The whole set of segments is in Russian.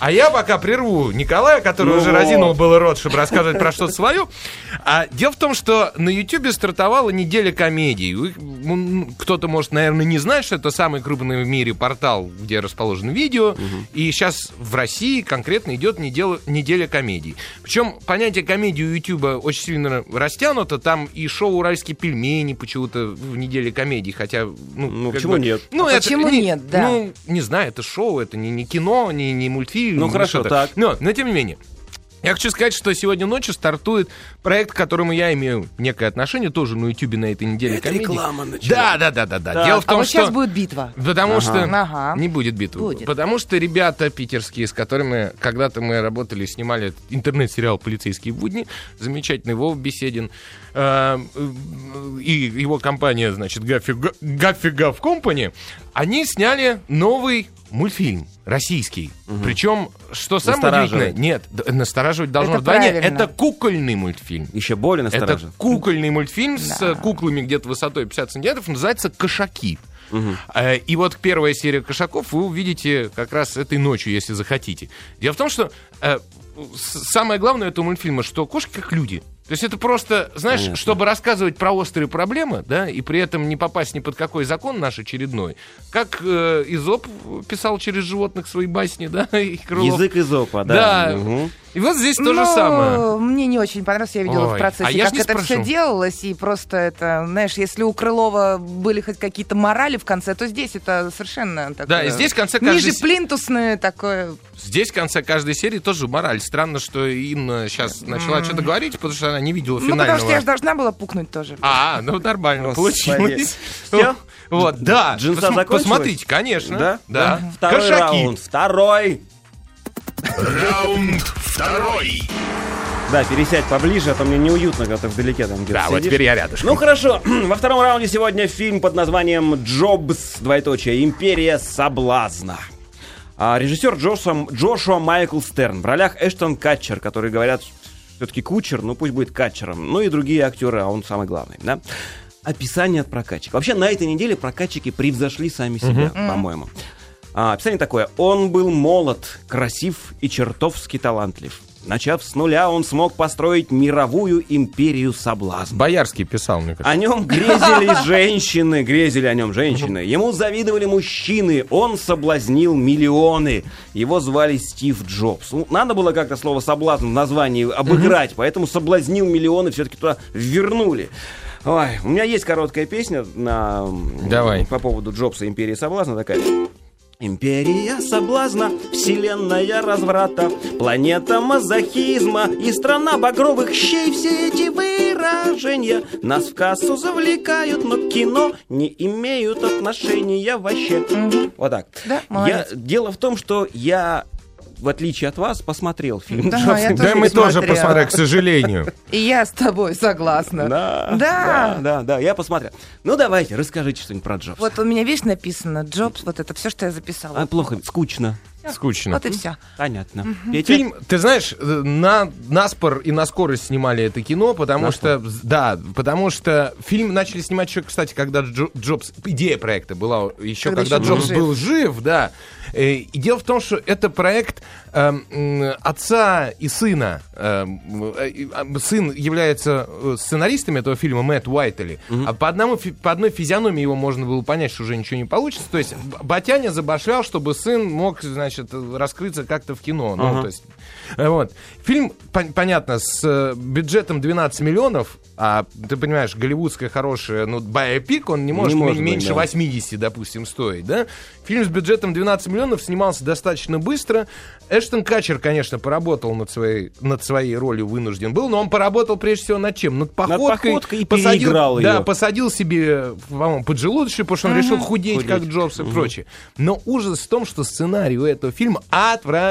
А я пока прерву Николая, который Ну уже вот. разинул был рот, чтобы рассказывать про что-то свое. А дело в том, что на Ютубе стартовала неделя комедий. Вы- м, Кто-то, может, наверное, не знает, что это самый крупный в мире портал, где расположено видео. И сейчас в России конкретно идет неделя, неделя комедий. Причем понятие комедии у Ютуба очень сильно растянуто. Там и шоу «Уральские пельмени» почему-то в неделе комедий, хотя... Ну, Ну, как почему бы- нет? Ну, А это почему не- нет, да. Ну, не знаю, это шоу, это не, не кино, не, не мультфильм. Ну, не хорошо, что-то. так. Но, но тем не менее. Я хочу сказать, что сегодня ночью стартует проект, к которому я имею некое отношение, тоже на Ютубе на этой неделе Это комедии. реклама началась. Да, да, да, да, да. Так. Дело в А том, вот что сейчас будет битва. Потому что Ага. не будет битвы. Будет. Потому что ребята питерские, с которыми когда-то мы работали, снимали интернет-сериал «Полицейские будни», замечательный Вов Беседин, э, и его компания, значит, Гаффи Га- Гаффи Гав Компани, они сняли новый мультфильм российский. Причем, что самое удивительное... Настораживает. Нет, д- настораживать должно Это вдвойне. правильно. Это кукольный мультфильм. Еще более настораживает. Это кукольный мультфильм с Да. э, куклами где-то высотой 50 сантиметров, называется «Кошаки». Э, И вот первая серия «Кошаков» вы увидите как раз этой ночью, если захотите. Дело в том, что э, с- самое главное этого мультфильма, что кошки как люди. То есть это просто, знаешь, Понятно. чтобы рассказывать про острые проблемы, да, и при этом не попасть ни под какой закон наш очередной, как э, Изоп писал через животных свои басни, да, и Крылов. Язык из опа, да. Да. Мгм. И вот здесь то же Ну, самое. Мне не очень понравилось, я видела Ой, в процессе, а я ж как не это все спрошу. делалось, и просто это, знаешь, если у Крылова были хоть какие-то морали в конце, то здесь это совершенно такое... Да, и здесь в конце каждой Ниже се- плинтусное такое... Здесь в конце каждой серии тоже мораль. Странно, что Инна сейчас начала что-то говорить, потому что она не видела Ну, потому что я финального. же должна была пукнуть тоже. А, ну нормально, Господи. получилось. Всё? Вот, да. Джинса Посм- закончилась? Посмотрите, конечно. Да? Да. Второй Кошаки. раунд. Второй. Раунд второй. Да, пересядь поближе, а то мне неуютно, когда ты вдалеке там где-то Да, вот сидишь. теперь я рядышком. Ну хорошо, во втором раунде сегодня фильм под названием «Джобс. Двоеточие. Империя соблазна». А, режиссер Джошуа, Джошуа Майкл Стерн. В ролях Эштон Катчер, которые говорят все-таки кучер, ну пусть будет катчером. Ну и другие актеры, а он самый главный. Да? Описание от прокачек. Вообще на этой неделе прокачики превзошли сами себя, по-моему. А, описание такое. Он был молод, красив и чертовски талантлив. Начав с нуля, он смог построить мировую империю соблазна. Боярский писал, мне кажется. О нем грезили женщины, грезили о нем женщины. Ему завидовали мужчины, он соблазнил миллионы. Его звали Стив Джобс. Ну, надо было как-то слово «соблазн» в названии обыграть, поэтому соблазнил миллионы, все-таки туда вернули. Ой, у меня есть короткая песня на... Давай. по поводу Джобса «Империи соблазна» такая. Империя соблазна, вселенная разврата, планета мазохизма и страна багровых щей. Все эти выражения нас в кассу завлекают, но к кино не имеют отношения вообще. Вот так. Да, я, молодец. дело в том, что я, в отличие от вас, посмотрел фильм Да, «Джобс» я и тоже Да, мы тоже посмотрела. посмотрели, к сожалению. И я с тобой согласна. Да, да, Да. да, да, я посмотрел. Ну давайте, расскажите что-нибудь про Джобса. Вот у меня, видишь, написано Джобс, вот это все, что я записала. А, плохо, скучно. Скучно. вот и все. Понятно. Петя? Фильм, ты знаешь, э, на, на спор и на скорость снимали это кино, потому На что, да, потому что фильм начали снимать еще, кстати, когда Джо- Джобс, идея проекта была еще, Когда когда, еще был Джобс жив. был жив, да. Э, И дело в том, что это проект эм, м, отца и сына. Эм, э, и, а, Сын является э, сценаристом этого фильма, Мэтт Уайтли. А по, одному, фи- по одной физиономии его можно было понять, что уже ничего не получится. То есть Б- Батяня забашлял, чтобы сын мог, значит, раскрыться как-то в кино. Ну, то есть, э, вот. Фильм, пон- понятно, с э, бюджетом 12 миллионов, а ты понимаешь, голливудское хорошее, ну, биопик, он не может, может ми- быть, меньше да. 8 80, допустим, стоит, да? Фильм с бюджетом 12 миллионов снимался достаточно быстро. Эштон Качер, конечно, поработал над своей, над своей ролью, вынужден был, но он поработал прежде всего над чем? Над походкой. походкой и посадил, переиграл Да, её. посадил себе, по-моему, поджелудочную, потому что он решил худеть, Худеть. как Джобс и прочее. Но ужас в том, что сценарий у этого фильма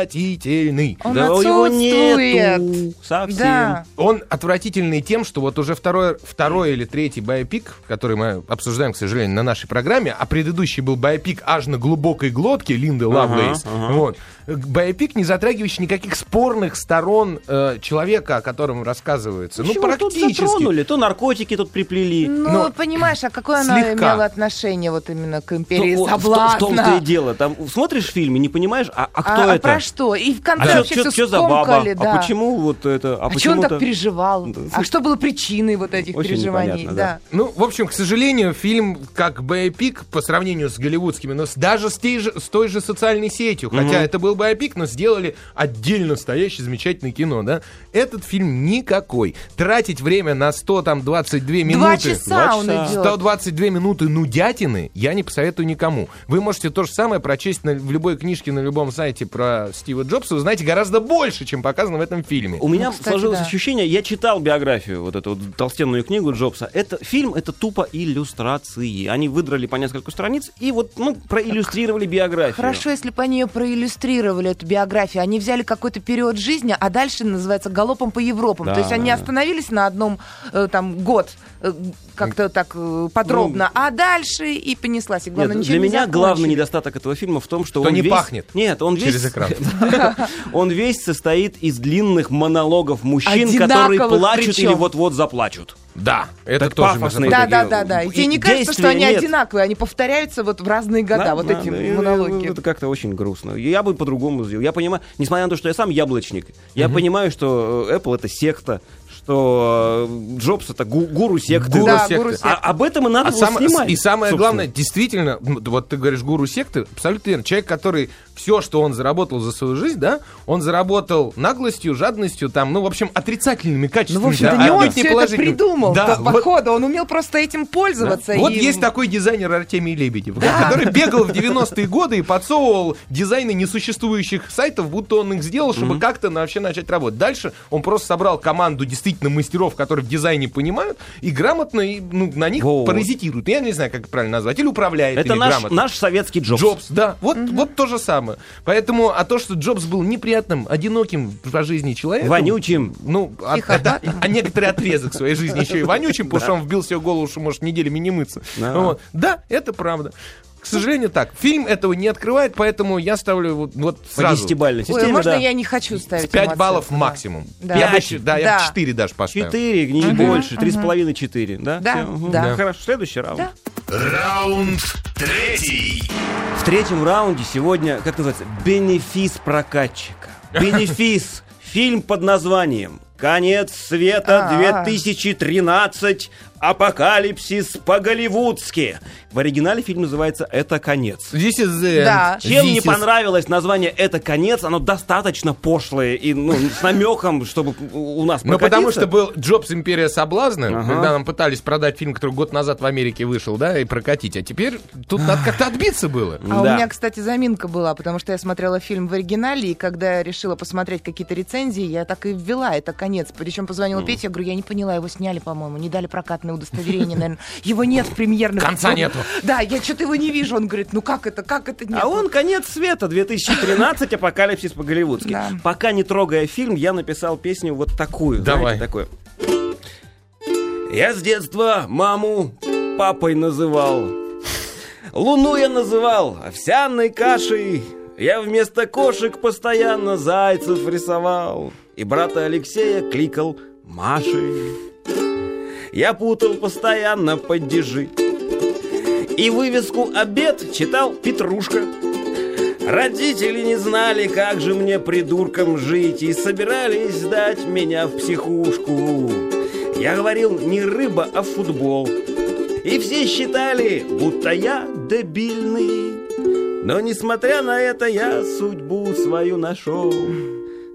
отвратительный. Он Да у него нету отсутствует. совсем. Да. Он отвратительный тем, что вот уже второй, второй или третий биопик, который мы обсуждаем, к сожалению, на нашей программе, а предыдущий был биопик аж на глубокой глотке Лин Линды Лавлейс. Вот. Биопик, не затрагивающий никаких спорных сторон э, человека, о котором рассказывается. Ну, Почему тут практически. затронули? То наркотики тут приплели. Ну, Но- понимаешь, а какое она Слегка. имела отношение вот именно к империи Ну, вот в том- соблазна? в том-то и дело. Там смотришь фильм и не понимаешь, а, а кто А- а это? про что? И в конце А вообще что, все за баба? скомкали, да. А почему вот это? А, А чё он так почему-то- переживал? Да, А что было причиной вот этих Очень переживаний? непонятно, да. да. Ну, в общем, к сожалению, фильм как биопик по сравнению с голливудскими, но с- даже с, той же, с той же социальной сетью, хотя это был биопик, но сделали отдельно стоящее замечательное кино, да? Этот фильм никакой. Тратить время на 100, там, 22 минуты... Два часа Два он часа. идет. 122 минуты нудятины я не посоветую никому. Вы можете то же самое прочесть на- в любой книжке, на любом сайте про Стива Джобса. Вы знаете гораздо больше, чем показано в этом фильме. У меня кстати, сложилось да. ощущение, я читал биографию, вот эту вот толстенную книгу Джобса. Это фильм, это тупо иллюстрации. Они выдрали по несколько страниц и вот ну проиллюстрировали биографию. Хорошо, если бы они ее проиллюстрировали, эту биографию. Они взяли какой-то период жизни, а дальше называется «Галопом по Европам». Да, То есть они да. остановились на одном э, там год, э, как-то так э, подробно, а дальше и понеслась. И, Ну, Нет, главное, ничего для не меня закончили. главный недостаток этого фильма в том, что, Что он не весь- пахнет Нет, он через весь... экран. он весь состоит из длинных монологов мужчин, Одинаковых которые плачут причем. или вот-вот заплачут. Да, это Так тоже пафосно мы забыли. и Да, такие, да, да, да. И и тебе не кажется, что они действия нет. одинаковые, они повторяются вот в разные года, Да, вот да, эти да, и- монологи. и- Это как-то очень грустно. Я бы по-другому сделал. Я понимаю, несмотря на то, что я сам яблочник, я понимаю, что э, Apple это секта, что э, Джобс это гу- гуру секты. Гуру Да, секты. гуру секты. А об этом и надо А было сам- снимать. и самое собственно. главное, действительно, м, вот ты говоришь гуру секты, абсолютно верно. Человек, который все, что он заработал за свою жизнь, да, он заработал наглостью, жадностью, там, ну, в общем, отрицательными Ну, качествами. в общем-то, да, не он отнюдь все это положительными. придумал, Да, по- вот- походу, он умел просто этим пользоваться. Вот и- есть такой дизайнер Артемий Лебедев, который бегал в 90-е годы и подсовывал дизайны несуществующих сайтов, будто он их сделал, чтобы как-то на- вообще начать работать. Дальше он просто собрал команду действительно мастеров, которые в дизайне понимают, и грамотно и, ну, на них Вот. паразитируют. Я не знаю, как это правильно назвать. Или управляет Это ими наш, грамотно. наш советский Джобс. Джобс, да, вот, вот то же самое. Поэтому, а то, что Джобс был неприятным, одиноким по жизни человеком... Вонючим. Ну, а, Психопатом. а- а некоторый отрезок своей жизни еще и вонючим, потому что он вбил себе в голову, что может неделями не мыться. Да. Вот. Да, это правда. К сожалению, так. Фильм этого не открывает, поэтому я ставлю вот, вот По сразу. десятибалльной Ой, системе, а можно да. я не хочу ставить 5 эмоции? баллов Да. максимум. Да. Я, бы, Пять. да, я бы Да. 4 даже поставил. Четыре, не Мгм, больше. Три с половиной, четыре. Да? Да, Всё, мгм. да. Хорошо, следующий раунд. Да. Раунд третий. В третьем раунде сегодня, как называется, бенефис прокатчика. Бенефис. Фильм под названием «Конец света А. 2013. Апокалипсис по-голливудски». В оригинале фильм называется «Это конец». This is the end. Да. Чем This не is- понравилось название «Это конец», оно достаточно пошлое и ну, с намеком, чтобы у нас Ну, потому прокатиться. что был Джобс «Империя соблазна», Ага. когда нам пытались продать фильм, который год назад в Америке вышел, да, и прокатить. А теперь тут надо как-то отбиться было. А Да. у меня, кстати, заминка была, потому что я смотрела фильм в оригинале, и когда я решила посмотреть какие-то рецензии, я так и ввела это конец. Причем позвонила Петя, я говорю, я не поняла, его сняли, по-моему, не дали прокатное удостоверение, наверное. Его нет в премьерных. Конца нету. Да, я что-то его не вижу. Он говорит, ну как это, как это нет? А он конец света 2013 апокалипсис по-голливудски. Да. Пока не трогая фильм, я написал песню вот такую. Давай. знаете, такую. Я с детства маму папой называл. Луну я называл овсяной кашей. Я вместо кошек постоянно зайцев рисовал. И брата Алексея кликал Машей. Я путал постоянно падежи. И вывеску «Обед» читал Петрушка. Родители не знали, как же мне придурком жить, и собирались сдать меня в психушку. Я говорил не рыба, а футбол. И все считали, будто я дебильный. Но несмотря на это, я судьбу свою нашел.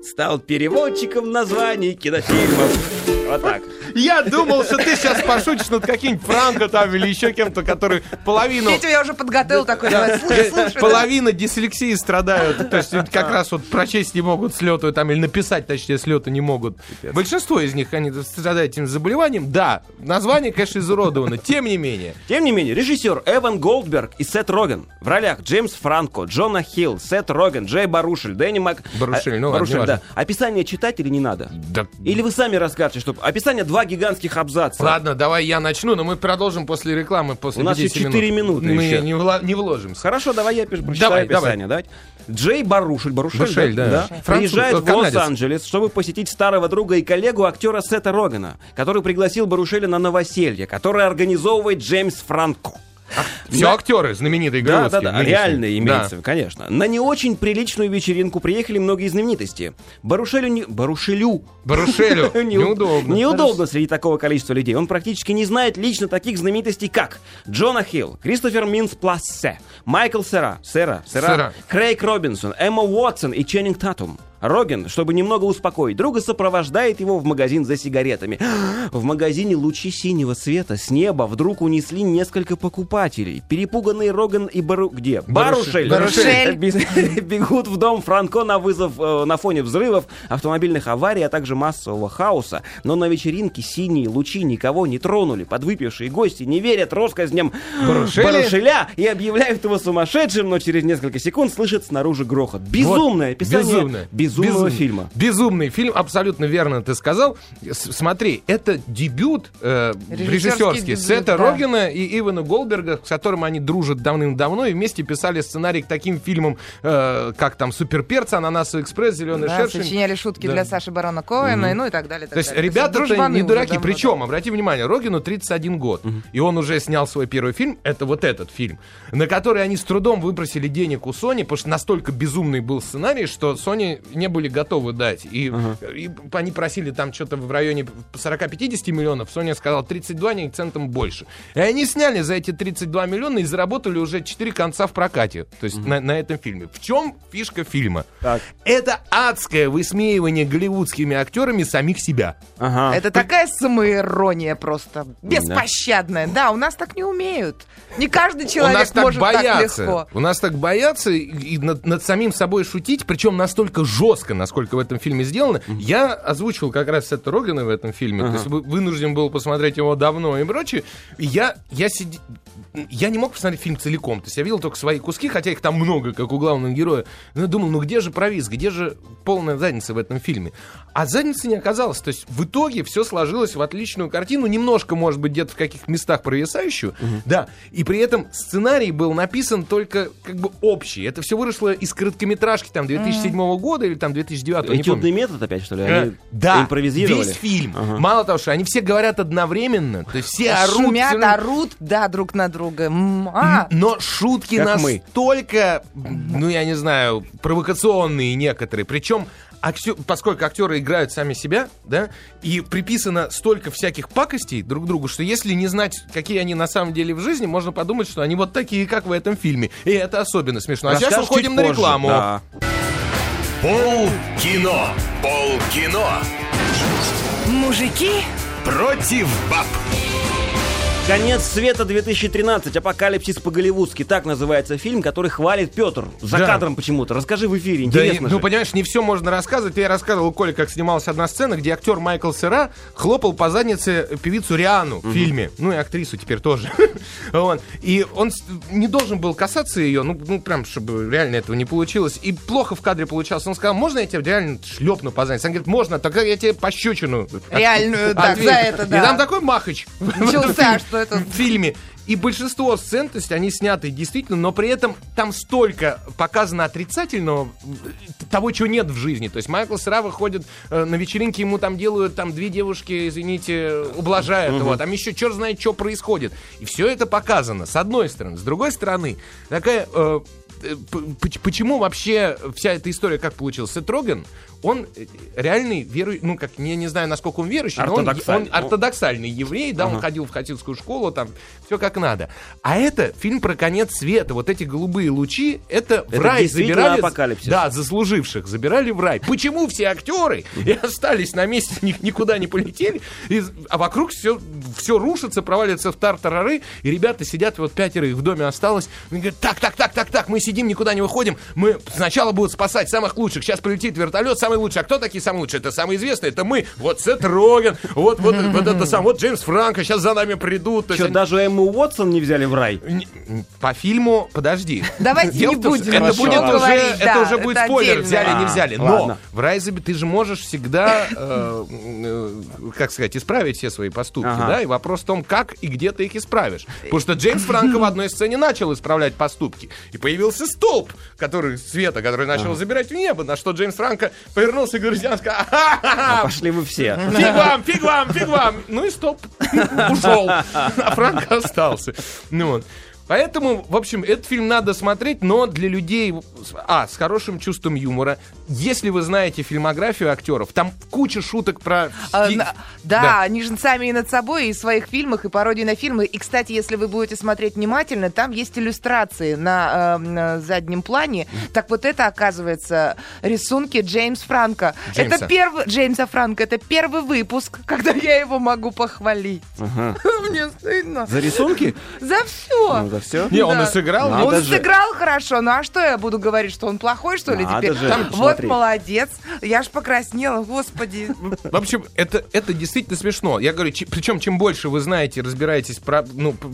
Стал переводчиком названий кинофильмов. Вот так. Я думал, что ты сейчас пошутишь над каким-нибудь Франко там или еще кем-то, который половину... Ну, Петя, я уже подготовил такой, давай, э, слушай, слушай. Половина дислексии страдают, то есть как раз вот прочесть не могут слету там или написать, точнее, слету не могут. Большинство из них они страдают этим заболеванием. Да, название, конечно, изуродовано, тем не менее. Тем не менее, режиссер Эван Голдберг и Сет Роген в ролях Джеймс Франко, Джона Хилл, Сет Роген, Джей Барушель, Дэнни Мак... А, Барушель, ну ладно, неважно. да. Описание читателей не надо. Да. Или вы сами расскажете, что описание два два гигантских абзаца. Ладно, давай я начну, но мы продолжим после рекламы, после У нас 50 еще четыре минут. минуты Мы еще. не, вла- не вложимся. Хорошо, давай я пиш- прочитаю Давай, давай. описание. Давайте. Джей Барушель, Барушель, Барушель, да. Француз, приезжает э, в канадец. Лос-Анджелес, чтобы посетить старого друга и коллегу актера Сета Рогана, который пригласил Барушеля на новоселье, которое организовывает Джеймс Франко. Все актеры знаменитые Да, да, голливудские, да, нынешние. реальные имеется, Да. конечно. На не очень приличную вечеринку приехали многие знаменитости. Барушелю не... Барушелю Барушелю неудобно. Неудобно среди такого количества людей. Он практически не знает лично таких знаменитостей, как Джона Хилл, Кристофер Минс Плассе, Майкл Сера, Сера, Сера, Сера. Крейг Робинсон, Эмма Уотсон и Ченнинг Татум. Роген, чтобы немного успокоить друга, сопровождает его в магазин за сигаретами. В магазине лучи синего света с неба вдруг унесли несколько покупателей. Перепуганные Роган и Бару... Где? Барушель. Барушель. Барушель. Без- Бегут в дом Франко на вызов э, на фоне взрывов, автомобильных аварий, а также массового хаоса. Но на вечеринке синие лучи никого не тронули. Подвыпившие гости не верят россказням Барушели? Барушеля и объявляют его сумасшедшим, но через несколько секунд слышит снаружи грохот. Безумное Вот, описание безумное. безумного Безумный. фильма. Безумный фильм, абсолютно верно ты сказал. С- смотри, это дебют э, Режиссерский режиссерский, дебют, Сета да. Рогена и Ивана Голдберга, с которым они дружат давным-давно и вместе писали сценарий к таким фильмам, э, как там «Суперперцы», «Ананасовый экспресс», «Зеленый Да, шершень». сочиняли шутки Да. для Саши Барона Коэна, и ну и так далее. так То есть далее. ребята дружбаны не уже дураки. давно, Причем, обрати внимание, Рогину 31 год. И он уже снял свой первый фильм. Это вот этот фильм, на который они с трудом выпросили денег у Sony, потому что настолько безумный был сценарий, что Sony не были готовы дать. И, и они просили там что-то в районе 40-50 миллионов. Sony сказал 32, они центом больше. И они сняли за эти 32 миллиона и заработали уже 4 конца в прокате. То есть на, на этом фильме. В чем фишка фильма? Так. Это адское высмеивание голливудскими актерами самих себя. Ага. А. да. Это такая самоирония просто. Беспощадная. Да, у нас так не умеют. Не каждый человек у нас так может боятся. так легко. у нас так боятся и- и над, над самим собой шутить, причем настолько жестко, насколько в этом фильме сделано. Я озвучивал как раз Сета Рогана в этом фильме, то есть вы- вынужден был посмотреть его давно и прочее. И я, я, сиди- я не мог посмотреть фильм целиком, то есть я видел только свои куски, хотя их там много, как у главного героя. Но я думал, ну где же провис, где же полная задница в этом фильме? А задницы не оказалось. То есть в итоге все сложилось в отличную картину, немножко, может быть, где-то в каких местах провисающую, да. И при этом сценарий был написан только как бы общий. Это все выросло из короткометражки там 2007 года или там 2009, не помню. Этюдный метод опять, что ли? Э, Они да, импровизировали. весь фильм. Мало того, что они все говорят одновременно, то есть все орут. Шумят, всё на- орут, да, друг на друга. М, а. но шутки Как мы. настолько, ну я не знаю, провокационные некоторые. Причем, актё- поскольку актеры играют сами себя, да, и приписано столько всяких пакостей друг другу, что если не знать, какие они на самом деле в жизни, можно подумать, что они вот такие, как в этом фильме. И это особенно смешно. А сейчас Расскажешь чуть уходим на позже. рекламу. Да. Пол кино. Пол кино. М-м. Мужики Против баб. Конец света 2013. Апокалипсис по-голливудски. Так называется фильм, который хвалит Петр. За Да. кадром почему-то. Расскажи в эфире, Да и- интересно. же. ну, понимаешь, не все можно рассказывать. Я рассказывал Коле, как снималась одна сцена, где актер Майкл Сера хлопал по заднице певицу Риану в фильме. Ну и актрису теперь тоже. Вот. И он с- не должен был касаться ее, ну, ну, прям, чтобы реально этого не получилось. И плохо в кадре получалось. Он сказал, можно я тебя реально шлепну по заднице? Она говорит, можно, тогда я тебе пощечину. реальную, так, отвечу». за это, И там да. такой махач. Начался, а что это... в фильме. И большинство сцен, то есть они сняты действительно, но при этом там столько показано отрицательного, э, того, чего нет в жизни. То есть Майкл Сера выходит э, на вечеринке, ему там делают, там две девушки, извините, ублажают его, там еще черт знает, что происходит. И все это показано, с одной стороны. С другой стороны, такая... э, э, п- поч- Почему вообще вся эта история как получилась? Сет Роген, он э, реальный верующий, ну как, я не знаю, насколько он верующий, но он, он Ортодоксальный. ортодоксальный еврей, да, он ходил в хатинскую школу, там все как надо. А это фильм про конец света. Вот эти голубые лучи, это, в Это рай действительно забирали. апокалипсис. Да, заслуживших забирали в рай. Почему все актеры и остались на месте, ни- никуда не полетели, и- а вокруг все, все рушится, провалится в тартарары, и ребята сидят, вот пятеро их в доме осталось, и говорят, так, так, так, так, так, мы сидим, никуда не выходим, мы сначала будут спасать самых лучших, сейчас полетит вертолет, самый лучший. А кто такие самые лучшие? Это самые известные. Это мы. Вот Сет Роген, вот, вот, вот это сам, вот Джеймс Франко, сейчас за нами придут. То есть Что, они- даже Эмму Уотсон не взяли в рай? Н- н- По фильму, подожди. Давайте Дело не в том, что будем Это хорошо, будет ладно. уже, говорить, это да, уже будет это спойлер, отдельно. взяли, не взяли. Но А, Ладно. в Райзабе ты же можешь всегда, э, э, как сказать, исправить все свои поступки, Ага. да? И вопрос в том, как и где ты их исправишь. Потому что Джеймс Франко в одной сцене начал исправлять поступки. И появился столб, который света, который начал забирать в небо, на что Джеймс Франко повернулся и говорит, сказал, «Ха-ха-ха, Пошли вы все. Фиг вам, фиг вам, фиг вам. Ну и стоп. Ушел. А Франк остался. Ну вот. Поэтому, в общем, этот фильм надо смотреть, но для людей, с- а, с хорошим чувством юмора. Если вы знаете фильмографию актеров, там куча шуток про... А, сти- на- Да, они же сами и над собой, и в своих фильмах, и пародии на фильмы. И, кстати, если вы будете смотреть внимательно, там есть иллюстрации на, э, на заднем плане. Так вот это, оказывается, рисунки Джеймс Франка. Джеймса. Это первый... Джеймса Франка. Это первый выпуск, когда я его могу похвалить. Мне стыдно. За рисунки? За все. Ну, за все. Не, он Да. и сыграл. Надо но- Он же. сыграл хорошо, ну а что я буду говорить, что он плохой, что ли, Надо теперь? же, Там- вот смотри. молодец, я ж покраснела, господи. В общем, это, это действительно смешно. Я говорю, причем чем больше вы знаете, разбираетесь про, ну, п-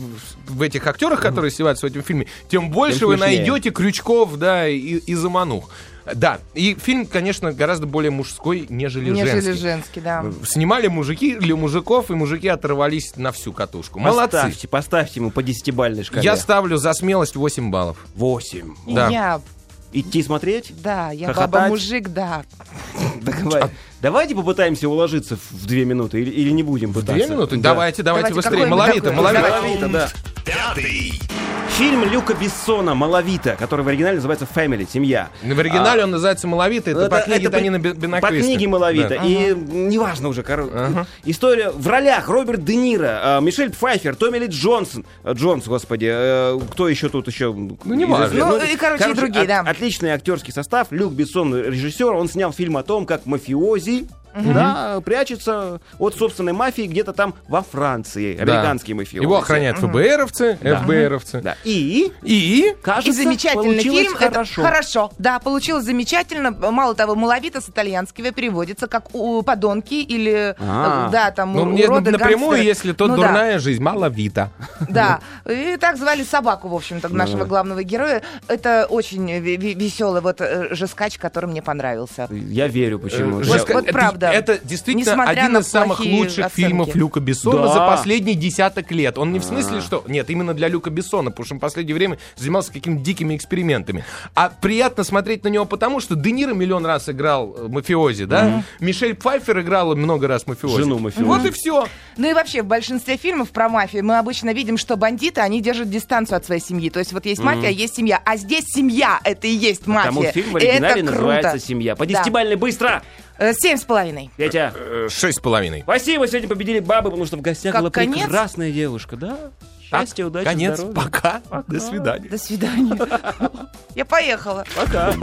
в этих актерах, которые снимаются в этом фильме, тем больше Тем вы смешнее. найдете крючков, да, и, и заманух. Да, и фильм, конечно, гораздо более мужской, нежели, Нежели женский. женский, да. Снимали мужики для мужиков, и мужики оторвались на всю катушку. Молодцы. Поставьте, поставьте ему по десятибальной шкале. Я ставлю за смелость 8 баллов. Восемь. И Да. Я, Идти смотреть? да, я Хохотать? баба-мужик, да. Давай. А- Давайте попытаемся уложиться в- в две минуты или, или не будем пытаться. Две минуты? Да. Давайте, давайте, Давайте, быстрее. какой-нибудь Маловито, такой. маловито. Давайте. Маловито, да. Пятый. Фильм Люка Бессона «Маловита», который в оригинале называется «Family», «Семья». В оригинале он называется «Маловито». Это, по книге при- Танина Ну, По книге «Маловита». Да. И м, неважно уже, короче. История в ролях. Роберт Де Ниро, э, Мишель Пфайфер, Томми Ли Джонсон. э, Джонс, господи. э, Кто еще тут еще? Ну, неважно. Ну, и, короче, и другие, да. Отличный актерский состав. Люк Бессон, режиссер, он снял фильм о том, как мафиози да, прячется от собственной мафии где-то там во Франции. Да. Американские мафиози. Его охраняют ФБРовцы, Да. ФБРовцы. Да. И, И кажется, И замечательный получилось фильм. это хорошо. хорошо, да, получилось замечательно. Мало того, маловито с итальянского переводится как у подонки или, А. э, да, там, ну, у- мне уроды, напрямую, гангстеры. если то Ну да. дурная жизнь, маловито. Да, и так звали собаку, в общем-то, Ну. нашего главного героя. Это очень веселый вот э, же скач, который мне понравился. Я верю, почему. Э, Я- жестко. вот Это- правда. Это действительно Несмотря один на из самых плохие лучших оценки. фильмов Люка Бессона Да. А. за последние десяток лет. Он не в смысле, что... Нет, именно для Люка Бессона, потому что он в последнее время занимался какими-то дикими экспериментами. А приятно смотреть на него потому, что Де Ниро миллион раз играл э, мафиози, да? Мишель Пфайфер играла много раз мафиози. Жену мафиози. Вот и все. Ну и вообще, в большинстве фильмов про мафию мы обычно видим, что бандиты, они держат дистанцию от своей семьи. То есть вот есть мафия, есть семья. А здесь семья, это и есть мафия. Потому фильм в И это оригинале круто. называется «Семья». По Да. десятибальной быстро! Э, Семь с половиной. Петя, Э, Шесть с половиной. спасибо, сегодня победили бабы, потому что в гостях Как была конец? прекрасная девушка, да? Так, Счастья, удачи, Конец. здоровья. Пока. До свидания. До свидания. Я поехала. Пока.